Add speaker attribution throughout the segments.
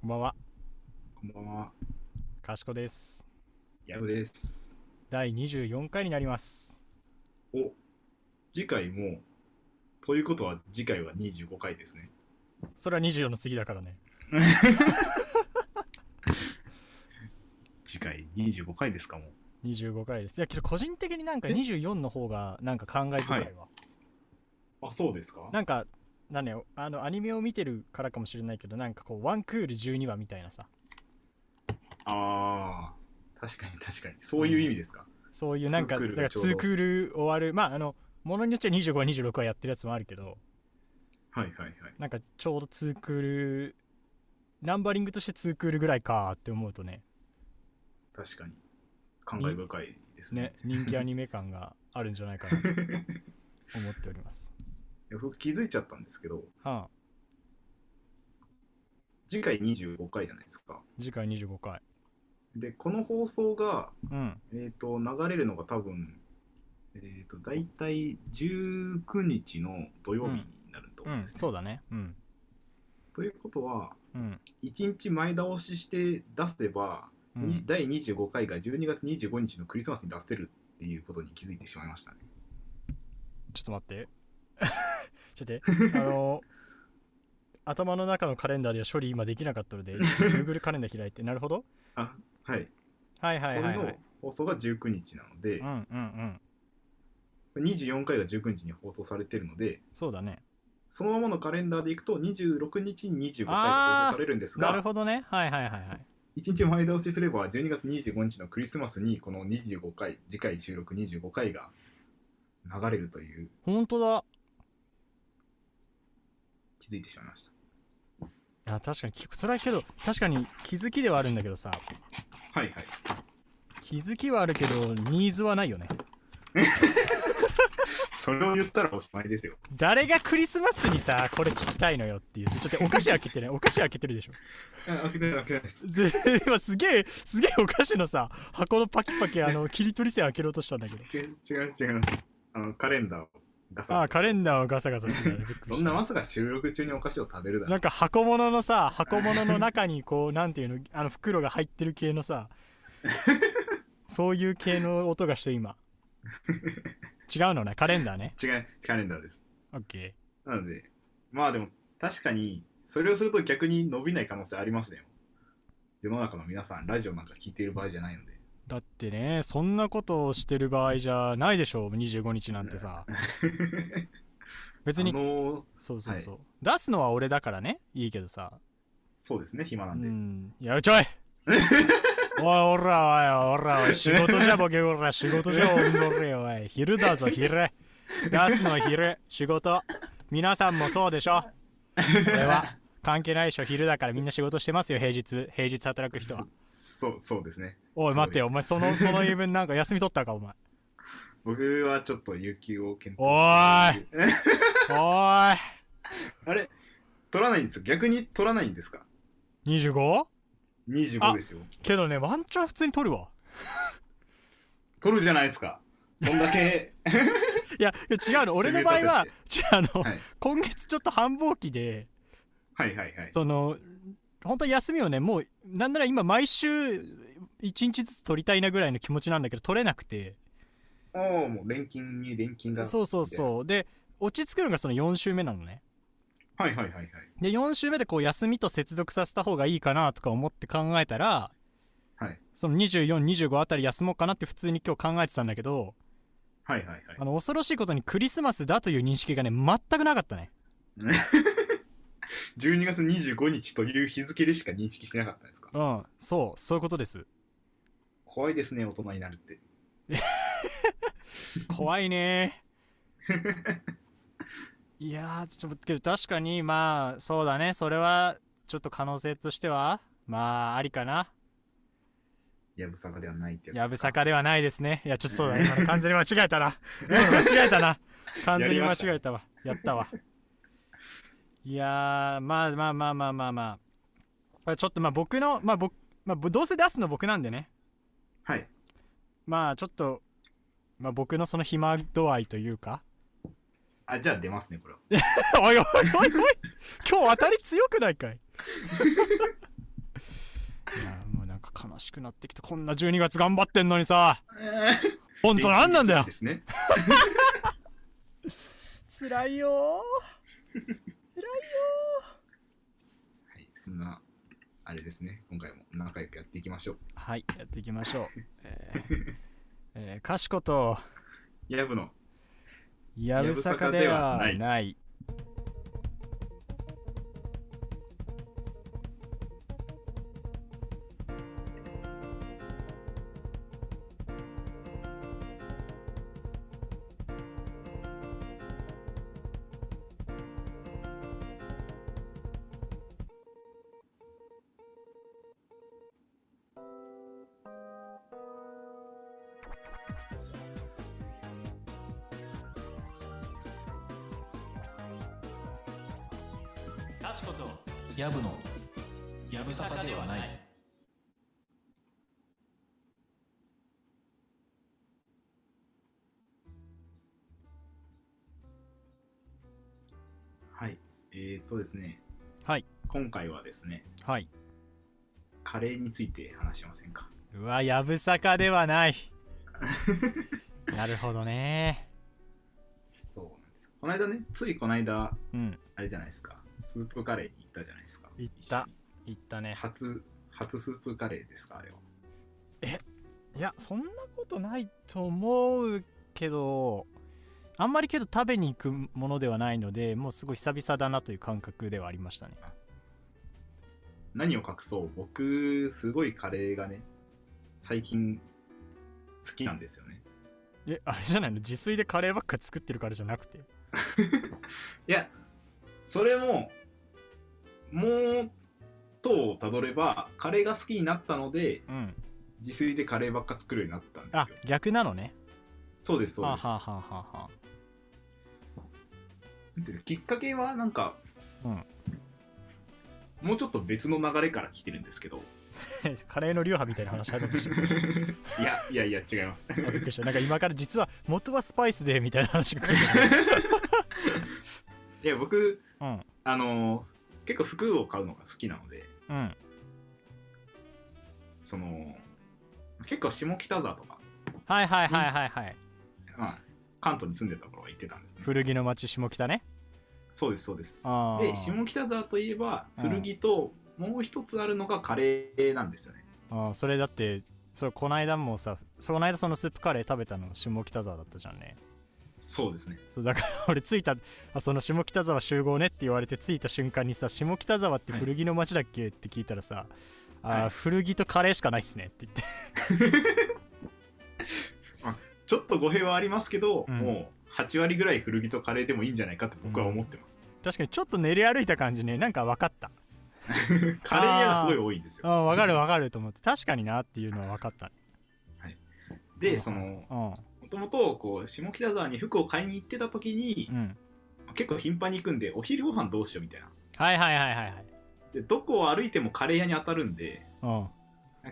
Speaker 1: こんばんは、
Speaker 2: こんばんは。
Speaker 1: かしこです。
Speaker 2: ヤブです。
Speaker 1: 第24回になります。
Speaker 2: お、次回も、ということは次回は25回ですね。
Speaker 1: それは24の次だからね。
Speaker 2: 次回25回ですかもう。
Speaker 1: 25回です。いや、けど個人的になんか24の方がなんか考え深いわ。
Speaker 2: はいあ、そうですか
Speaker 1: なんか、なんだよ、あの、アニメを見てるからかもしれないけど、なんかこう、ワンクール12話みたいなさ、
Speaker 2: あー、確かに確かに。そういう意味ですか、
Speaker 1: そういうなんか、
Speaker 2: ツークール
Speaker 1: だ
Speaker 2: が
Speaker 1: から
Speaker 2: ちょうど
Speaker 1: 2クール終わる、まあ、あの、ものによっちゃ25話、26話やってるやつもあるけど、
Speaker 2: はいはいはい。
Speaker 1: なんかちょうど2クール、ナンバリングとして2クールぐらいかって思うとね、
Speaker 2: 確かに。感慨深いですね
Speaker 1: ね。、人気アニメ感があるんじゃないかなと思っております。
Speaker 2: いや僕気づいちゃったんですけど、
Speaker 1: はあ、
Speaker 2: 次回25回じゃないですか。
Speaker 1: 次回25回。
Speaker 2: で、この放送が、
Speaker 1: うん。
Speaker 2: えっ、と、流れるのが多分、えっ、ー、と、大体19日の土曜日になると
Speaker 1: う
Speaker 2: 思うん
Speaker 1: ん、
Speaker 2: ですね。
Speaker 1: そうだね。うん。
Speaker 2: ということは、
Speaker 1: うん。
Speaker 2: 1日前倒しして出せば、
Speaker 1: うん、
Speaker 2: 第25回が12月25日のクリスマスに出せるっていうことに気づいてしまいましたね。
Speaker 1: ちょっと待って。 ちょっと待って。あ の頭の中のカレンダーでは処理今できなかったので、Google カレンダー開いて、なるほど。
Speaker 2: あはい、
Speaker 1: はいはいはい、
Speaker 2: こ
Speaker 1: は
Speaker 2: れ
Speaker 1: い。
Speaker 2: の放送が19日なので
Speaker 1: うんう、んうん。
Speaker 2: 24回が19日に放送されてるので、
Speaker 1: そうだね。
Speaker 2: そのままのカレンダーでいくと、26日に25回
Speaker 1: あー
Speaker 2: が放送されるんです
Speaker 1: なる
Speaker 2: が、
Speaker 1: ほどね。はいはいはいはい。
Speaker 2: 1日前倒しすれば、12月25日のクリスマスに、この25回、次回収録25回が流れるという、
Speaker 1: ほんとだ。
Speaker 2: 気づいてしまいました。
Speaker 1: あ確かにき、それはけど、確かに気づきではあるんだけどさ、
Speaker 2: はいはい。
Speaker 1: 気づきはあるけど、ニーズはないよね。
Speaker 2: それを言ったらおしまいですよ。
Speaker 1: 誰がクリスマスにさ、これ聞きたいのよっていう。ちょっとお菓子開けてね、お菓子開けてるでしょ。
Speaker 2: あ開けてない開けてないです。
Speaker 1: で 今すげえすげえお菓子のさ箱のパキパキあの切り取り線開けようとしたんだけど
Speaker 2: 違う違う違うあのカレンダーをガサ
Speaker 1: ああ
Speaker 2: ガサ
Speaker 1: カレンダーをガサガサしてたねびっくり
Speaker 2: そ
Speaker 1: し
Speaker 2: んな
Speaker 1: た
Speaker 2: まさか収録中にお菓子を食べるだ
Speaker 1: な
Speaker 2: ろ
Speaker 1: んか箱物のさ箱物の中にこうなんていうのあの袋が入ってる系の さそういう系の音がして今違うのねカレンダーね
Speaker 2: 違うカレンダーです
Speaker 1: オッケ
Speaker 2: なのでまあでも確かにそれをすると逆に伸びない可能性ありますね世の中の皆さんラジオなんか聞いてる場合じゃないので
Speaker 1: ーだってねそんなことをしてる場合じゃないでしょう25日なんてさ別に
Speaker 2: あのー
Speaker 1: そうそうそう、出すのは俺だからねいいけどさ
Speaker 2: そうですね暇なん
Speaker 1: う
Speaker 2: で、
Speaker 1: ん。いや、ちょい おい、おら、おい、おら、おい、仕事じゃ、ボケ、おら、仕事じゃ、おんどれ、おい。昼だぞ、昼。出すの昼、仕事。皆さんもそうでしょ。それは、関係ないでしょ、昼だからみんな仕事してますよ、平日。平日働く人は。
Speaker 2: そそうそうですね
Speaker 1: おい、待ってよ、お前、その、その言い分なんか休み取ったか、お前。
Speaker 2: 僕はちょっと有給を検討
Speaker 1: おー
Speaker 2: いあ
Speaker 1: おー
Speaker 2: れ取らないんです逆に取らないんですか
Speaker 1: い。25? あ
Speaker 2: 25ですよ
Speaker 1: けどね、ワンチャン普通に取るわ。
Speaker 2: 取るじゃないですかこんだ け
Speaker 1: いや、いや違うの、俺の場合は、違うあの、
Speaker 2: はい
Speaker 1: 今月ちょっと繁忙期で、
Speaker 2: はいはいはい
Speaker 1: その本当は休みをねもうなんなら今毎週1日ずつ取りたいなぐらいの気持ちなんだけど取れなくて
Speaker 2: おお、もう錬金に錬金だ。
Speaker 1: そうそうそうで落ち着くのがその4週目なのね
Speaker 2: はいはいはいはい。
Speaker 1: で4週目でこう休みと接続させた方がいいかなとか思って考えたら
Speaker 2: はい
Speaker 1: その2425あたり休もうかなって普通に今日考えてたんだけど
Speaker 2: はいはいはい。
Speaker 1: あの恐ろしいことにクリスマスだという認識がね全くなかったね
Speaker 2: 12月25日という日付でしか認識してなかったんですか
Speaker 1: うんそうそういうことです
Speaker 2: 怖いですね、大人になるって。
Speaker 1: 怖い ねいやーちょっとけど確かにまあそうだねそれはちょっと可能性としてはまあありかな
Speaker 2: やぶさかではないって
Speaker 1: やぶさ
Speaker 2: か。
Speaker 1: かではないですねいやちょっとそうだね今の完全に間違えたな今の間違えた な完全に間違えたわやったわいやーまあまあまあまあまあまあこれちょっとまあ僕のまあ僕、まあ、どうせ出すの僕なんでね
Speaker 2: はい。
Speaker 1: まあちょっと、まあ、僕のその暇度合いというか
Speaker 2: あ、じゃあ出ますね、これは。
Speaker 1: おいおいおいおい今日当たり強くないかい悲しくなってきたこんな12月頑張ってんのにさ本当なんなんだよ
Speaker 2: ですね。
Speaker 1: 辛いよ
Speaker 2: はい、そんな、あれですね。今回も仲良くやっていきましょう。
Speaker 1: はいやっていきましょうえーえー、かしこと
Speaker 2: やぶの、
Speaker 1: やぶさかではない
Speaker 3: かしことやぶのやぶさかではない
Speaker 2: はい。えー、っとですね。
Speaker 1: はい。
Speaker 2: 今回はですね、
Speaker 1: はい
Speaker 2: カレーについて話しませんか。
Speaker 1: うわやぶさかでは ないなるほどね
Speaker 2: そうなんですよ。この間ね、ついこの間、
Speaker 1: うん
Speaker 2: あれじゃないですか。スープカレーに行ったじゃないですか。
Speaker 1: 行った。言ったね
Speaker 2: 初、初スープカレーですか、あれは。
Speaker 1: いやそんなことないと思うけどあんまりけど食べに行くものではないのでもうすごい久々だなという感覚ではありましたね
Speaker 2: 何を隠そう、僕、すごいカレーがね、最近、好きなんですよね。
Speaker 1: えあれじゃないの自炊でカレーばっか作ってるからじゃなくて
Speaker 2: いや、それも、もう、とをたどれば、カレーが好きになったので、
Speaker 1: うん
Speaker 2: 自炊でカレーばっか作るようになったんで
Speaker 1: あ
Speaker 2: すよ。
Speaker 1: 逆なのね
Speaker 2: そうです、そう
Speaker 1: はあは
Speaker 2: です。
Speaker 1: あはあはあ はあ
Speaker 2: できっかけは、なんか、
Speaker 1: うん
Speaker 2: もうちょっと別の流れから来てるんです けど、
Speaker 1: カレーの流派みたいな話入ったとして
Speaker 2: いや、いやいや、違います。
Speaker 1: あびっくりしたなんか今から実は元はスパイスでみたいな話が来る
Speaker 2: いや、僕、
Speaker 1: うん
Speaker 2: あのー結構服を買うのが好きなので、
Speaker 1: うん
Speaker 2: その、結構下北沢とか、
Speaker 1: はいはいはいはいはい
Speaker 2: まあ、関東に住んでた頃は行ってたんですね。
Speaker 1: 古着の街下北ね
Speaker 2: そうです、そうです。
Speaker 1: ああ
Speaker 2: で下北沢といえば
Speaker 1: うん
Speaker 2: 古着ともう一つあるのがカレーなんですよね、
Speaker 1: ああそれだってそうこないだもさそこの間そのスープカレー食べたの下北沢だったじゃんね
Speaker 2: そうですね
Speaker 1: そうだから俺着いたあその下北沢集合ねって言われて着いた瞬間にさ下北沢って古着の街だっけって聞いたらさ、あー
Speaker 2: はい
Speaker 1: 古着とカレーしかないっすねって言って
Speaker 2: ちょっと語弊はありますけど、
Speaker 1: うん
Speaker 2: もう8割ぐらい古着とカレーでもいいんじゃないかと僕は思ってます、
Speaker 1: 確かにちょっと練り歩いた感じねなんか分かった
Speaker 2: カレー屋がすごい多いんです
Speaker 1: あ
Speaker 2: よ
Speaker 1: ー分 かる分かると思って確かになっていうのは分かった、ね、
Speaker 2: でその
Speaker 1: うん
Speaker 2: もともとこう下北沢に服を買いに行ってた時に
Speaker 1: う、ん
Speaker 2: 結構頻繁に行くんでお昼ご飯どうしようみたいな
Speaker 1: はいはいはいはいはい
Speaker 2: でどこを歩いてもカレー屋に当たるんで
Speaker 1: うんは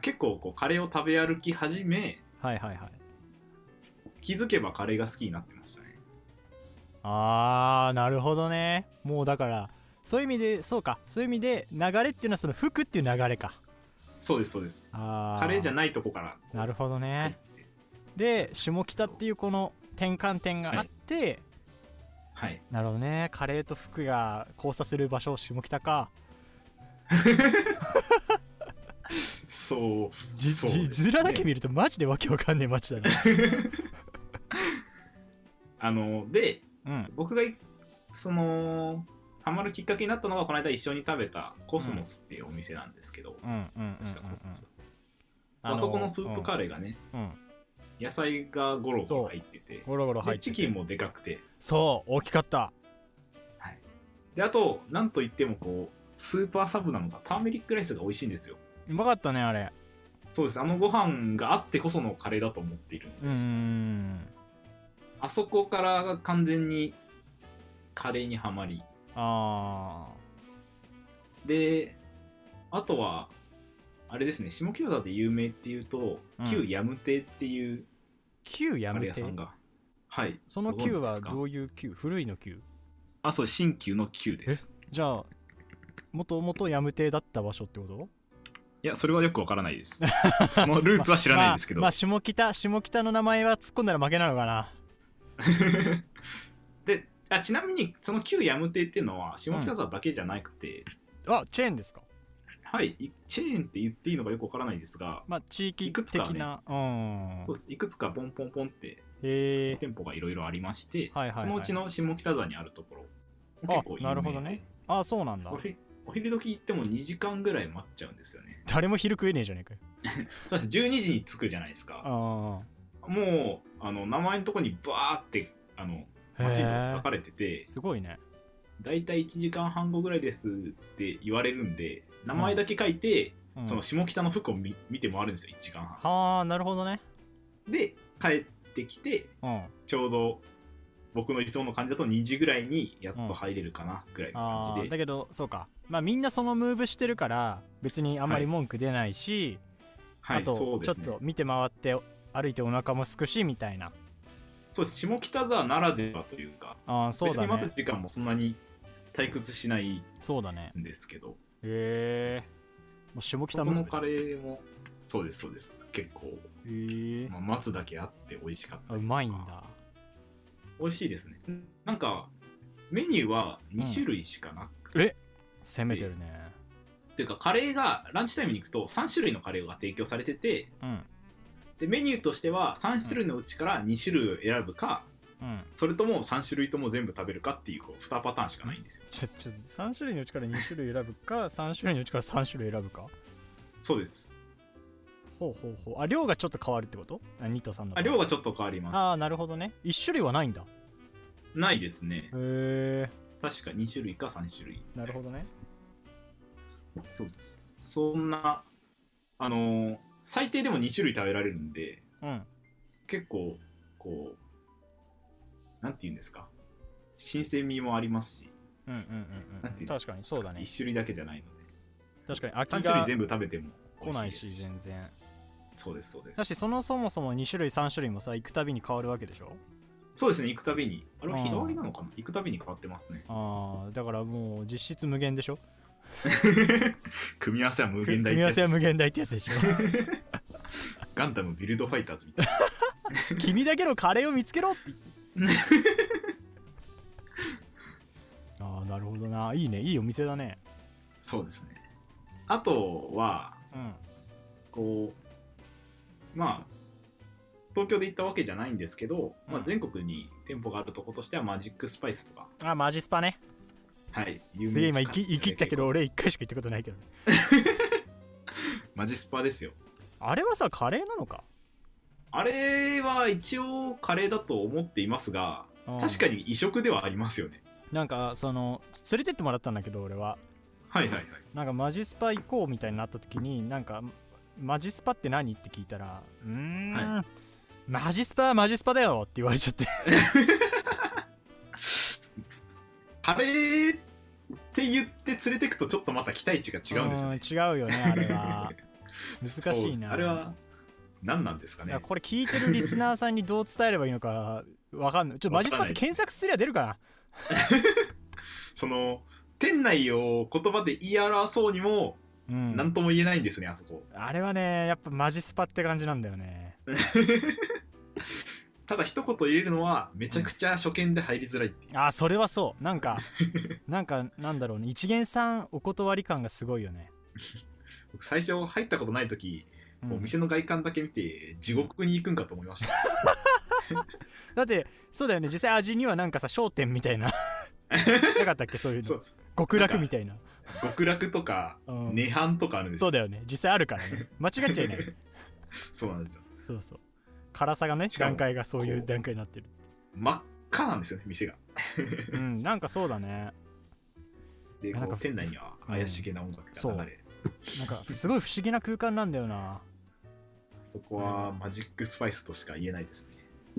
Speaker 2: 結構こうカレーを食べ歩き始め
Speaker 1: いはいはい
Speaker 2: 気づけばカレーが好きになってましたね
Speaker 1: あーなるほどねもうだからそういう意味でそうかそういう意味で流れっていうのはその服っていう流れか
Speaker 2: そうですそうです
Speaker 1: あ
Speaker 2: カレーじゃ
Speaker 1: な
Speaker 2: ないとこから
Speaker 1: なるほど
Speaker 2: 入っ
Speaker 1: ね
Speaker 2: て、
Speaker 1: で下北っていうこの転換点があって、
Speaker 2: はい
Speaker 1: なるほどねカレーと服が交差する場所下北か
Speaker 2: そう
Speaker 1: じ
Speaker 2: そう
Speaker 1: じ
Speaker 2: です
Speaker 1: ずらだけ見るとマジでわけわかんねえ街 だね
Speaker 2: あので
Speaker 1: うん
Speaker 2: 僕がいそのハマるきっかけになったのがこの間一緒に食べたコスモスっていうお店なんですけど、
Speaker 1: うんうんうんうん
Speaker 2: 確かコスモスそう
Speaker 1: あの
Speaker 2: あそこのスープカレーがね、
Speaker 1: うん、うん、
Speaker 2: 野菜がゴロゴロ入ってて
Speaker 1: ゴロゴロ入
Speaker 2: で
Speaker 1: って
Speaker 2: チ
Speaker 1: て
Speaker 2: キンもでかくて
Speaker 1: そう大きかった
Speaker 2: であとなんといってもこうスーパーサブなのがターメリックライスが美味しいんですよ
Speaker 1: うまかったねあれ
Speaker 2: そうですあのご飯があってこそのカレーだと思っている
Speaker 1: うんうんうん
Speaker 2: あそこからが完全にカレーにはまり
Speaker 1: あ
Speaker 2: であとはあれですね下北沢で有名っていうと、
Speaker 1: うん
Speaker 2: 旧ヤム亭っていう
Speaker 1: ー旧や
Speaker 2: カレー
Speaker 1: め
Speaker 2: 屋
Speaker 1: て
Speaker 2: さんがはい
Speaker 1: その
Speaker 2: ご存知です
Speaker 1: 旧は
Speaker 2: か
Speaker 1: どういう旧古いの旧
Speaker 2: あそう新旧の旧です
Speaker 1: じゃあもともとやむ亭だった場所ってこと
Speaker 2: いや、それはよくわからないです。そのルーツは知らないんですけど。
Speaker 1: まあ、まあ下北下北の名前は突っ込んだら負けなのかな
Speaker 2: であちなみにその旧ヤム亭っていうのは下北沢だけじゃなくて、
Speaker 1: あチェーンですか
Speaker 2: はいいチェーンって言っていいのかよくわからないですが、
Speaker 1: まあ地域
Speaker 2: いくつか
Speaker 1: 的
Speaker 2: ね
Speaker 1: なうん
Speaker 2: そうですいくつかポンポンポンって
Speaker 1: へえ
Speaker 2: 店舗がいろいろありまして、
Speaker 1: はいはいはい
Speaker 2: そのうちの下北沢にあるところ
Speaker 1: あ
Speaker 2: 結構有名で
Speaker 1: なるほどねあそうなんだ
Speaker 2: おひお昼時行っても2時間ぐらい待っちゃうんですよね
Speaker 1: 誰も昼食えねえじゃねえかよ
Speaker 2: そうです12時に着くじゃないですか
Speaker 1: あ
Speaker 2: もうあの名前のとこにバーってあの
Speaker 1: あ
Speaker 2: マシンとか
Speaker 1: へ
Speaker 2: 書かれてて
Speaker 1: えすごいね
Speaker 2: 大体1時間半後ぐらいですって言われるんで名前だけ書いて、
Speaker 1: うん
Speaker 2: その下北の服を見見て回るんですよ1時間半
Speaker 1: はあなるほどね
Speaker 2: で帰ってきて
Speaker 1: うん
Speaker 2: ちょうど僕の理想の患者と2時ぐらいにやっと入れるかなぐらいの
Speaker 1: あ
Speaker 2: 感
Speaker 1: ー
Speaker 2: じで、
Speaker 1: だけどそうかまあみんなそのムーブしてるから別にあんまり文句出ないし、
Speaker 2: はい
Speaker 1: あと
Speaker 2: そう
Speaker 1: ち
Speaker 2: で
Speaker 1: ょっ
Speaker 2: すね
Speaker 1: と見て回って歩いてお腹もすくしみたいな
Speaker 2: そうです下北沢ならではというか
Speaker 1: あーそう
Speaker 2: 別
Speaker 1: だ
Speaker 2: に待
Speaker 1: ね
Speaker 2: つ時間もそんなに退屈しない
Speaker 1: そうだね
Speaker 2: んですけど
Speaker 1: へえもう下
Speaker 2: そ
Speaker 1: 北
Speaker 2: こ
Speaker 1: ムー
Speaker 2: の
Speaker 1: ブだ
Speaker 2: カレーもそうですそうです結構、
Speaker 1: へー
Speaker 2: まあ、待つだけあって美味しかった
Speaker 1: あうまいんだ
Speaker 2: 美味しいですねなんかメニューは2種類しかなくて、
Speaker 1: うんえ攻めてるね
Speaker 2: っていうかカレーがランチタイムに行くと3種類のカレーが提供されてて
Speaker 1: うん
Speaker 2: でメニューとしては3種類のうちから2種類を選ぶか、
Speaker 1: うん
Speaker 2: それとも3種類とも全部食べるかっていうこう2パターンしかないんですよ
Speaker 1: ちょちょ3種類のうちから2種類選ぶ か3種類のうちから3種類選ぶか
Speaker 2: そうです
Speaker 1: ほうほうほうあ量がちょっと変わるってことあ2と3の
Speaker 2: あ量がちょっと変わり
Speaker 1: あ
Speaker 2: ま
Speaker 1: あなるほどね1種類はないんだへ
Speaker 2: すないですね
Speaker 1: え
Speaker 2: 確か2種類か3種類
Speaker 1: なるほどね
Speaker 2: そうそんなあのー最低でも2種類食べられるんで
Speaker 1: うん
Speaker 2: 結構こうなんて言うんですか新鮮味もありますし
Speaker 1: うんうんうん
Speaker 2: なん
Speaker 1: う
Speaker 2: てい
Speaker 1: ん
Speaker 2: うの
Speaker 1: 確かにそうだね
Speaker 2: 1種類だけじゃないので
Speaker 1: 確かに空
Speaker 2: 3
Speaker 1: き
Speaker 2: 種類
Speaker 1: が
Speaker 2: 全部食べても美
Speaker 1: 来ない
Speaker 2: 味しい
Speaker 1: し
Speaker 2: です
Speaker 1: 全然
Speaker 2: そうですそうです
Speaker 1: だしそのそもそも2種類3種類もさ行くたびに変わるわけでしょ
Speaker 2: そうですね、行くたびに。あれは
Speaker 1: うん
Speaker 2: 日替わりなのかな行くたびに変わってますね。
Speaker 1: ああだからもう実質無限でしょ
Speaker 2: 組み合わせは無
Speaker 1: く
Speaker 2: 限大
Speaker 1: 組み合わせは無限大ってやつで しょ
Speaker 2: ガンダムビルドファイターズみたいな。
Speaker 1: 君だけのカレーを見つけろ って言ってああなるほどないいねいいお店だね
Speaker 2: そうですね。あとは、
Speaker 1: うん
Speaker 2: こう、まあ、東京で行ったわけじゃないんですけど、ま
Speaker 1: う
Speaker 2: あ、
Speaker 1: ん
Speaker 2: 全国に店舗があるとことしてはマジックスパイスとか、
Speaker 1: あマジスパね
Speaker 2: はい、有
Speaker 1: すげえ今
Speaker 2: な
Speaker 1: 生き生きったけど。俺1回しか行ったことないけどね
Speaker 2: マジスパですよ。
Speaker 1: あれはさカレーなのか
Speaker 2: あれは一応カレーだと思っていますが、
Speaker 1: うん
Speaker 2: 確かに異色ではありますよね。
Speaker 1: なんかその連れてってもらったんだけど俺は
Speaker 2: はいはいはい。
Speaker 1: なんかマジスパ行こうみたいになった時になんかマジスパって何って聞いたらうーん、
Speaker 2: は
Speaker 1: マジスパはマジスパだよって言われちゃって
Speaker 2: カレーって言って連れてくとちょっとまた期待値が違うんですよね。
Speaker 1: うーん違うよねあれ は難
Speaker 2: そう
Speaker 1: し
Speaker 2: で
Speaker 1: い
Speaker 2: す
Speaker 1: な
Speaker 2: あれは何なんですか
Speaker 1: だか
Speaker 2: ね
Speaker 1: ら。これ聞いてるリスナーさんにどう伝えればいいのかわかんないちょっとマジスパって検索すりゃ出るかな
Speaker 2: その店内を言葉で言い表そうにも
Speaker 1: うん
Speaker 2: 何とも言えないんですね、あそこ。
Speaker 1: あれはねやっぱマジスパって感じなんだよね
Speaker 2: ただ一言言えるのはめちゃくちゃ初見で入りづらいっていう。
Speaker 1: あそれはそうなん かなんかなんだろうね一元さんお断り感がすごいよね、
Speaker 2: 僕最初入ったことない時、
Speaker 1: うん
Speaker 2: もう店の外観だけ見て地獄に行くんかと思い ました。
Speaker 1: だってそうだよね実際味にはなんかさ商店みたい ななかったっけそういう
Speaker 2: そ
Speaker 1: の
Speaker 2: う
Speaker 1: 極楽みたいな
Speaker 2: 極楽とか
Speaker 1: うん
Speaker 2: 涅槃とかあるんです
Speaker 1: そ
Speaker 2: よ。
Speaker 1: うだよね実際あるからね間違っちゃいない
Speaker 2: そうなんですよ。
Speaker 1: そうそう辛さがね
Speaker 2: しかも
Speaker 1: 段階がそうい
Speaker 2: こ
Speaker 1: う
Speaker 2: う
Speaker 1: 段階になって る
Speaker 2: 真っ赤なんですよね、店が。
Speaker 1: うんなんかそうだね
Speaker 2: で、
Speaker 1: なんか
Speaker 2: こう店内には怪しげな音楽が流れ、
Speaker 1: なんかすごい不思議な空間なんだよな
Speaker 2: そこはマジックスパイスとしか言えないですね。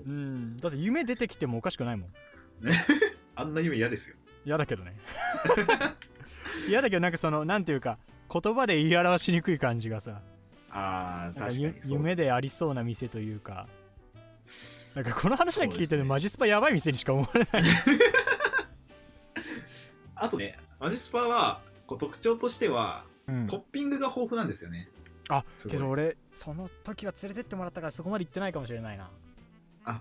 Speaker 1: うんだって夢出てきてもおかしくないもん
Speaker 2: あんな夢嫌ですよ。
Speaker 1: 嫌だけど ね嫌だけどなんかそのなんていうか言葉で言い表しにくい感じがさ
Speaker 2: あ
Speaker 1: な
Speaker 2: あ、
Speaker 1: んか
Speaker 2: 確か
Speaker 1: ゆ
Speaker 2: にそう。
Speaker 1: 夢でありそうな店というかなんかこの話だけ聞い
Speaker 2: そ
Speaker 1: て
Speaker 2: うで
Speaker 1: る
Speaker 2: すね
Speaker 1: マジスパやばい店にしか思わない
Speaker 2: あとね、マジスパはこう特徴としては、
Speaker 1: うん
Speaker 2: トッピング育が豊富なんですよね。
Speaker 1: あ
Speaker 2: すごい
Speaker 1: けど俺その時は連れてってもらったからそこまで行ってないかもしれないな
Speaker 2: あ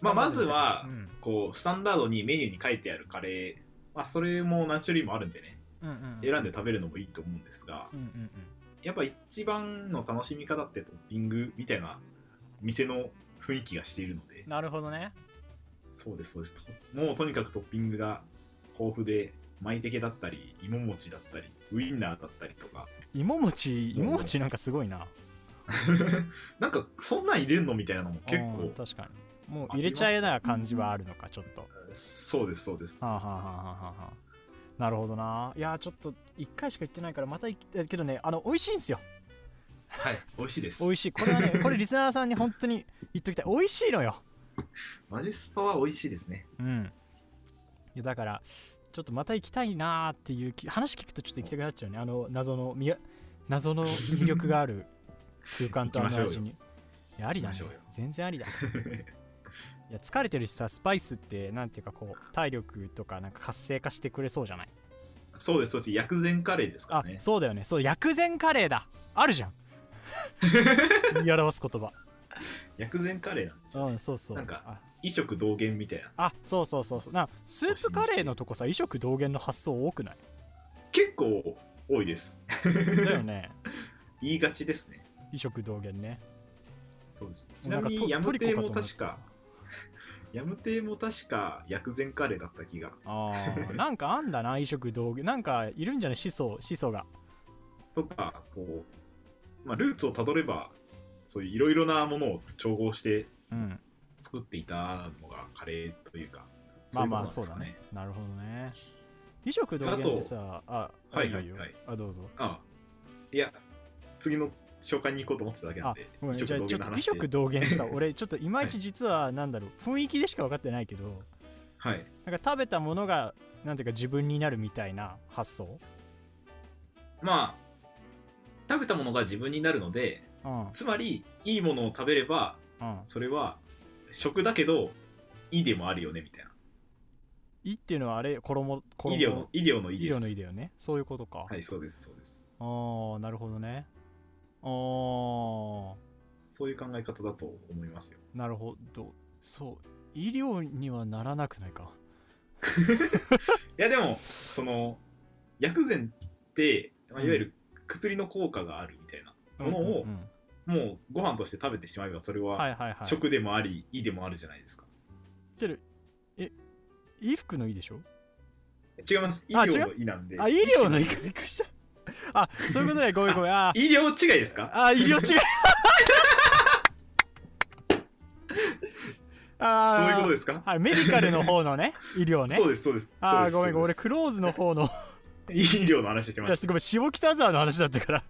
Speaker 2: まあまずは
Speaker 1: うん、
Speaker 2: こう、スタンダードにメニューに書いてあるカレー、まあ、それも何種類もあるんでね、
Speaker 1: うんうん
Speaker 2: 選んで食べるのもいいと思うんですが、
Speaker 1: うんうん
Speaker 2: やっぱ一番の楽しみ方ってトッピングみたいな店の雰囲気がしているので
Speaker 1: うん、なるほどね
Speaker 2: そうです、そうです。ともうとにかくトッピングが豊富で、舞茸だったり、芋餅だったり、ウインナーだったりとか、
Speaker 1: 芋餅芋餅なんかすごいな
Speaker 2: なんかそんなん入れるのみたいなのも結
Speaker 1: うん
Speaker 2: 構、
Speaker 1: 確かにもう入れちゃえない感じはあるのかちょっと
Speaker 2: そうです、そうです
Speaker 1: は。あ、はあはあはあはあ、なるほどないやーちょっと1回しか行ってないからまた行きたいけどねあの美味しいんですよ
Speaker 2: はい、美味しいです
Speaker 1: 美。味しいこれは ねこれリスナーさんに本当に言っときたい美味しいのよ
Speaker 2: マジスパは美味しいですね。
Speaker 1: うんいやだからちょっとまた行きたいなーっていう気話聞くとちょっと行きたくなっちゃうねあの謎のみや謎の魅力があ る空間とあ
Speaker 2: 行きまし
Speaker 1: の味
Speaker 2: ょうよ
Speaker 1: にいやありだね
Speaker 2: 行きましょうよ
Speaker 1: 全然あ りだいや疲れてるしさスパイスってなんていうかこう体力とかなんか活性化してくれそうじゃない
Speaker 2: そうです、そうです。薬膳カレーですか
Speaker 1: あ
Speaker 2: らね。
Speaker 1: そうだよねそう薬膳カレーだあるじ ゃん言い表す言葉
Speaker 2: 薬膳カレーなんですよ。
Speaker 1: うんそうそう
Speaker 2: なんか
Speaker 1: あ
Speaker 2: 異色同源みたいな。
Speaker 1: あそうそうそうそうなスープカレーのとこさ異色同源の発想多くない
Speaker 2: 結構多いです。
Speaker 1: だよ ね
Speaker 2: 言いがちですね。
Speaker 1: 異色同源ね
Speaker 2: そうです。ち
Speaker 1: な
Speaker 2: なん
Speaker 1: か
Speaker 2: み
Speaker 1: ト
Speaker 2: に、ヤム
Speaker 1: トリ
Speaker 2: テ
Speaker 1: コか
Speaker 2: も
Speaker 1: と思った
Speaker 2: 確か、ヤムテも確か薬膳カレーだった気が。
Speaker 1: あ ーなんかあんだな異色同源なんかいるんじゃない始祖始祖が
Speaker 2: とか、こう、まあ、ルーツをたどれば、そういういろいろなものを調合して
Speaker 1: うん
Speaker 2: 作っていたのがカレーというか、
Speaker 1: まあまあ
Speaker 2: いこ
Speaker 1: そう
Speaker 2: と
Speaker 1: だ
Speaker 2: なんです
Speaker 1: ね
Speaker 2: か。
Speaker 1: なるほどね異色同源ってさああ
Speaker 2: はいはい
Speaker 1: よよ
Speaker 2: はい
Speaker 1: あどうぞ
Speaker 2: ああいや、次の紹介に行こうと思ってただけなん
Speaker 1: あ
Speaker 2: で、
Speaker 1: ごめん
Speaker 2: 異
Speaker 1: じゃあ
Speaker 2: 色
Speaker 1: ちょ
Speaker 2: 同
Speaker 1: っ
Speaker 2: 源の
Speaker 1: と異
Speaker 2: 話で
Speaker 1: 色同源 さ俺ちょっといまいち実はなんだろう雰囲気でしか分かってないけど
Speaker 2: はい。
Speaker 1: なんか食べたものがなんていうか自分になるみたいな発想、
Speaker 2: まあ、食べたものが自分になるので、
Speaker 1: うんうん、
Speaker 2: つまり、いいものを食べれば、それは食だけど、いいでもあるよね、みたいな。
Speaker 1: いっていうのはあれ衣衣
Speaker 2: 医療の、医療のいい
Speaker 1: 医
Speaker 2: です。
Speaker 1: 療のいいだよねそういうことか、
Speaker 2: はい、そうです、そうです。
Speaker 1: ああなるほどねああ
Speaker 2: そういう考え方だと思いますよ。
Speaker 1: なるほどそう医療にはならなくないか
Speaker 2: いや、でも、その、薬膳って、まあ、
Speaker 1: うん
Speaker 2: いわゆる薬の効果があるみたいなものを、
Speaker 1: うんうんうん
Speaker 2: もうご飯として食べてしまえば、それ
Speaker 1: は
Speaker 2: はい
Speaker 1: はいはい
Speaker 2: 食でもあり、いいでもあるじゃないですか。
Speaker 1: けどえ衣服のいいでしょ
Speaker 2: 違います。医
Speaker 1: あ
Speaker 2: 療の医なんで。
Speaker 1: あ医療のいいかびっくりした あそういうことねごめんごめん あー
Speaker 2: 医療違いですか
Speaker 1: あー医療違いあ
Speaker 2: そういうこと
Speaker 1: で
Speaker 2: ですか
Speaker 1: はいメディカルの方のね医療ね
Speaker 2: そうです、そうです。
Speaker 1: ああ
Speaker 2: そ
Speaker 1: ご
Speaker 2: う
Speaker 1: めん
Speaker 2: です
Speaker 1: ごめん俺
Speaker 2: そう
Speaker 1: クローズの方の
Speaker 2: です医療の話して
Speaker 1: い
Speaker 2: ま
Speaker 1: や
Speaker 2: し
Speaker 1: すごい下北沢の話だった から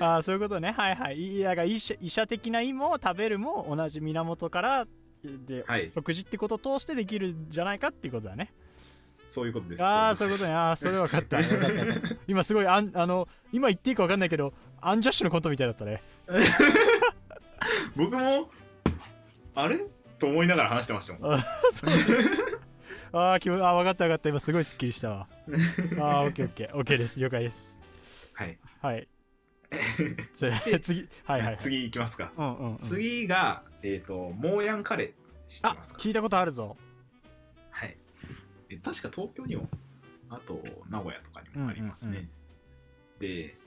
Speaker 1: ああそういうことねはいはいいやが医者医者的な意も食べるも同じ源からで
Speaker 2: た。はい、
Speaker 1: 食事ってことを通してできるんじゃないかっていうことだね
Speaker 2: そういうことです。
Speaker 1: ああそ
Speaker 2: そ
Speaker 1: い
Speaker 2: う
Speaker 1: うこ
Speaker 2: です
Speaker 1: とねああそれ分か った分かった分かった今すごいあんあの今言っていいか分かんないけどアンジャッシュのことみたいだった ね
Speaker 2: 僕も、あれと思いながら話してましたもん。
Speaker 1: あーそうあー気分あー分かった分かった今すごいすっきりした わあーオッケーオッケーオッケーです了解です
Speaker 2: はい。
Speaker 1: はいじゃあ次はいはい、はい、
Speaker 2: 次いきますか。
Speaker 1: うんうん、うん、
Speaker 2: 次が、えっ、と、モーヤンカレー知って
Speaker 1: あ
Speaker 2: ますか
Speaker 1: 聞いたことあるぞ
Speaker 2: はい。え確か東京にも、あと名古屋とかにもありますね。
Speaker 1: うんうんう
Speaker 2: で、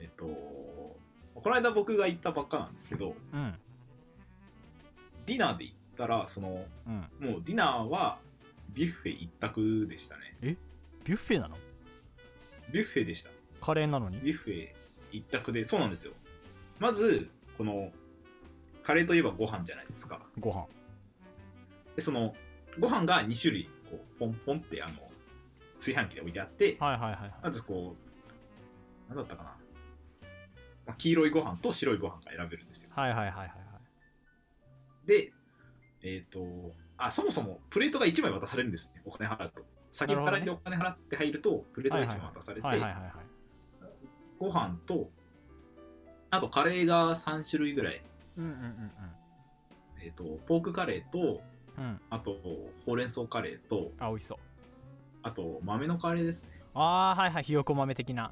Speaker 2: えっ、と、この間僕が行ったばっかなんですけど、
Speaker 1: うん
Speaker 2: ディナーで行ったら、その、
Speaker 1: うん
Speaker 2: もうディナーはビュッフェ一択でしたね。
Speaker 1: ビュッフェなの
Speaker 2: ビュッフェでした。
Speaker 1: カレーなのに
Speaker 2: ビュッフェ一択で、そうなんですよ。まず、この、カレーといえばご飯じゃないですか。
Speaker 1: ご飯
Speaker 2: で、その、ご飯が2種類、こう、ポンポンって、あの、炊飯器で置いてあって、
Speaker 1: はいはいはい
Speaker 2: まずこう、なんだったかな。まあ、黄色いご飯と白いご飯が選べるんですよ。
Speaker 1: はいはいはいはいはい
Speaker 2: で、えっ、と、あ、そもそもプレートが1枚渡されるんですね。お金払うと。先
Speaker 1: なるほど
Speaker 2: 払い
Speaker 1: ね
Speaker 2: でお金払って入ると、プレートが1枚渡されて、
Speaker 1: はいはいはいはい
Speaker 2: ご飯と、あとカレーが3種類ぐらい。
Speaker 1: うんうん
Speaker 2: えっ、と、ポークカレーと、
Speaker 1: うんうんうん
Speaker 2: あと、ほうれん草カレーと、
Speaker 1: あ美味しそう
Speaker 2: あと、豆のカレーですね。
Speaker 1: ああはいはいひよこ豆的な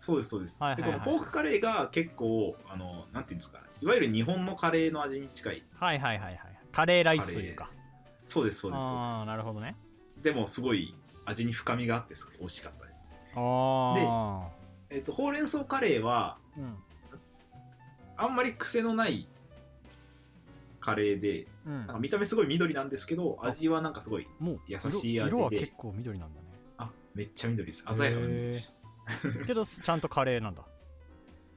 Speaker 2: そうですそうです、
Speaker 1: はいはいはい
Speaker 2: でこのポークカレーが結構あのなんていうんですかいわゆる日本のカレーの味に近い
Speaker 1: はいはいはいはいカレーライスというか
Speaker 2: そうですそうですそう
Speaker 1: ああ
Speaker 2: で
Speaker 1: なるほどね
Speaker 2: すでもすごい味に深みがあってすごい美味しかったです、
Speaker 1: あ
Speaker 2: えっとほうれん草カレーは
Speaker 1: あ、うん
Speaker 2: あんまり癖のないカレーで
Speaker 1: う
Speaker 2: なん
Speaker 1: ん
Speaker 2: か見た目すごい緑なんですけど
Speaker 1: あ
Speaker 2: 味はなんかすごい
Speaker 1: もう
Speaker 2: 優
Speaker 1: 色
Speaker 2: しい味で
Speaker 1: 色は結構緑なんだね
Speaker 2: あめっちゃ緑です鮮やかな緑です
Speaker 1: けどちゃんとカレーなんだ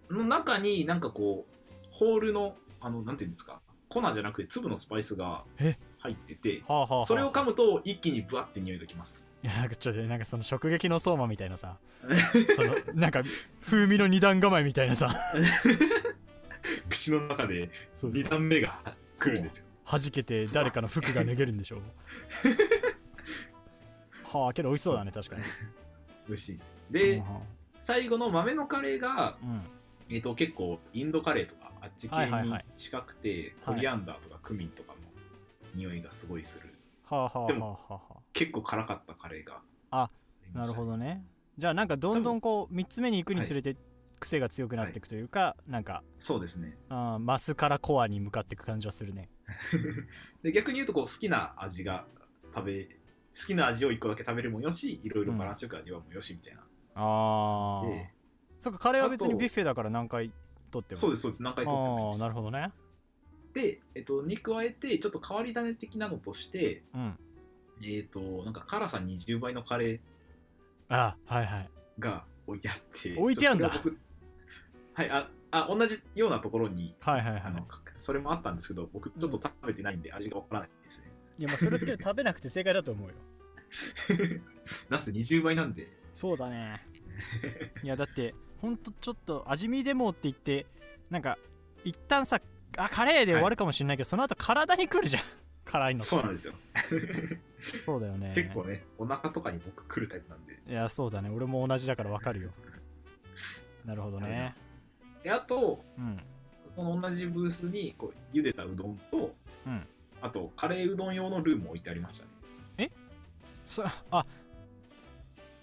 Speaker 2: の中になんかこうホールのあのなんていうんですか粉じゃなくて粒のスパイスが
Speaker 1: え
Speaker 2: 入ってて
Speaker 1: はあはあはあ
Speaker 2: それを噛むと一気にブワって匂いがきます
Speaker 1: いやなんかちょっとなんかその食撃の相馬みたいなさ そのなんか風味の二段構えみたいなさ
Speaker 2: 口の中で
Speaker 1: そうそう
Speaker 2: 2段目が来るんですよ
Speaker 1: 弾けて誰かの服が脱げるんでしょ うはあけど美味しそうだね確かに
Speaker 2: 美味しいですで
Speaker 1: う
Speaker 2: 最後の豆のカレーが、
Speaker 1: んうん
Speaker 2: えっと結構インドカレーとかあっち系
Speaker 1: はいはい
Speaker 2: に
Speaker 1: はい
Speaker 2: 近くてコリアンダーとかクミンとかの匂いがすごいする
Speaker 1: はあはあは
Speaker 2: で
Speaker 1: あ
Speaker 2: も
Speaker 1: はあは
Speaker 2: 結構辛かったカレーが
Speaker 1: あ
Speaker 2: り
Speaker 1: あ
Speaker 2: ま
Speaker 1: な
Speaker 2: し
Speaker 1: る
Speaker 2: た
Speaker 1: ほどねじゃあなんかどんどんこう3つ目に行くにつれて癖が強くなっていくというかなんか
Speaker 2: そうですね
Speaker 1: あーマスからコアに向かっていく感じはするね
Speaker 2: で逆に言うとこう好きな味が食べ好きな味を1個だけ食べるもよしいろいろバランスよく味わうもよしみたいな、
Speaker 1: ああ
Speaker 2: で
Speaker 1: そっかカレーは別
Speaker 2: あ
Speaker 1: に
Speaker 2: と
Speaker 1: ビュッフェだから何回取っても
Speaker 2: そうですそうです何回とってもいい
Speaker 1: あ
Speaker 2: で
Speaker 1: あ
Speaker 2: す
Speaker 1: なるほどね
Speaker 2: で、えっと、に加えてちょっと変わり種的なのとして
Speaker 1: うん
Speaker 2: えっ、となんか辛さ20倍のカレ
Speaker 1: あーはいはい
Speaker 2: ーが置いてあって
Speaker 1: 置いてあんだ
Speaker 2: ちょっとそれは僕はいああ同じようなところに
Speaker 1: はいはいは
Speaker 2: あ
Speaker 1: い
Speaker 2: のそれもあったんですけど僕ちょっと食べてないんで味がわからないですね、
Speaker 1: いやまあそれだけど食べなくて正解だと思う よ
Speaker 2: なぜ20倍なんで
Speaker 1: そうだ ねいやだってほんとちょっと味見でもって言ってなんか一旦さあカレーで終わるかもしれないけど、その後体に来るじゃん 辛いのって
Speaker 2: そうなんですよ
Speaker 1: そうだよね
Speaker 2: 結構ねお腹とかに僕来るタイプなんで
Speaker 1: いやそうだね俺も同じだからわか るよなるほどね
Speaker 2: であと
Speaker 1: うん
Speaker 2: その同じブースにこう茹でたうどんと、
Speaker 1: うん
Speaker 2: あとカレーうどん用のルーも置いてありましたね
Speaker 1: そあ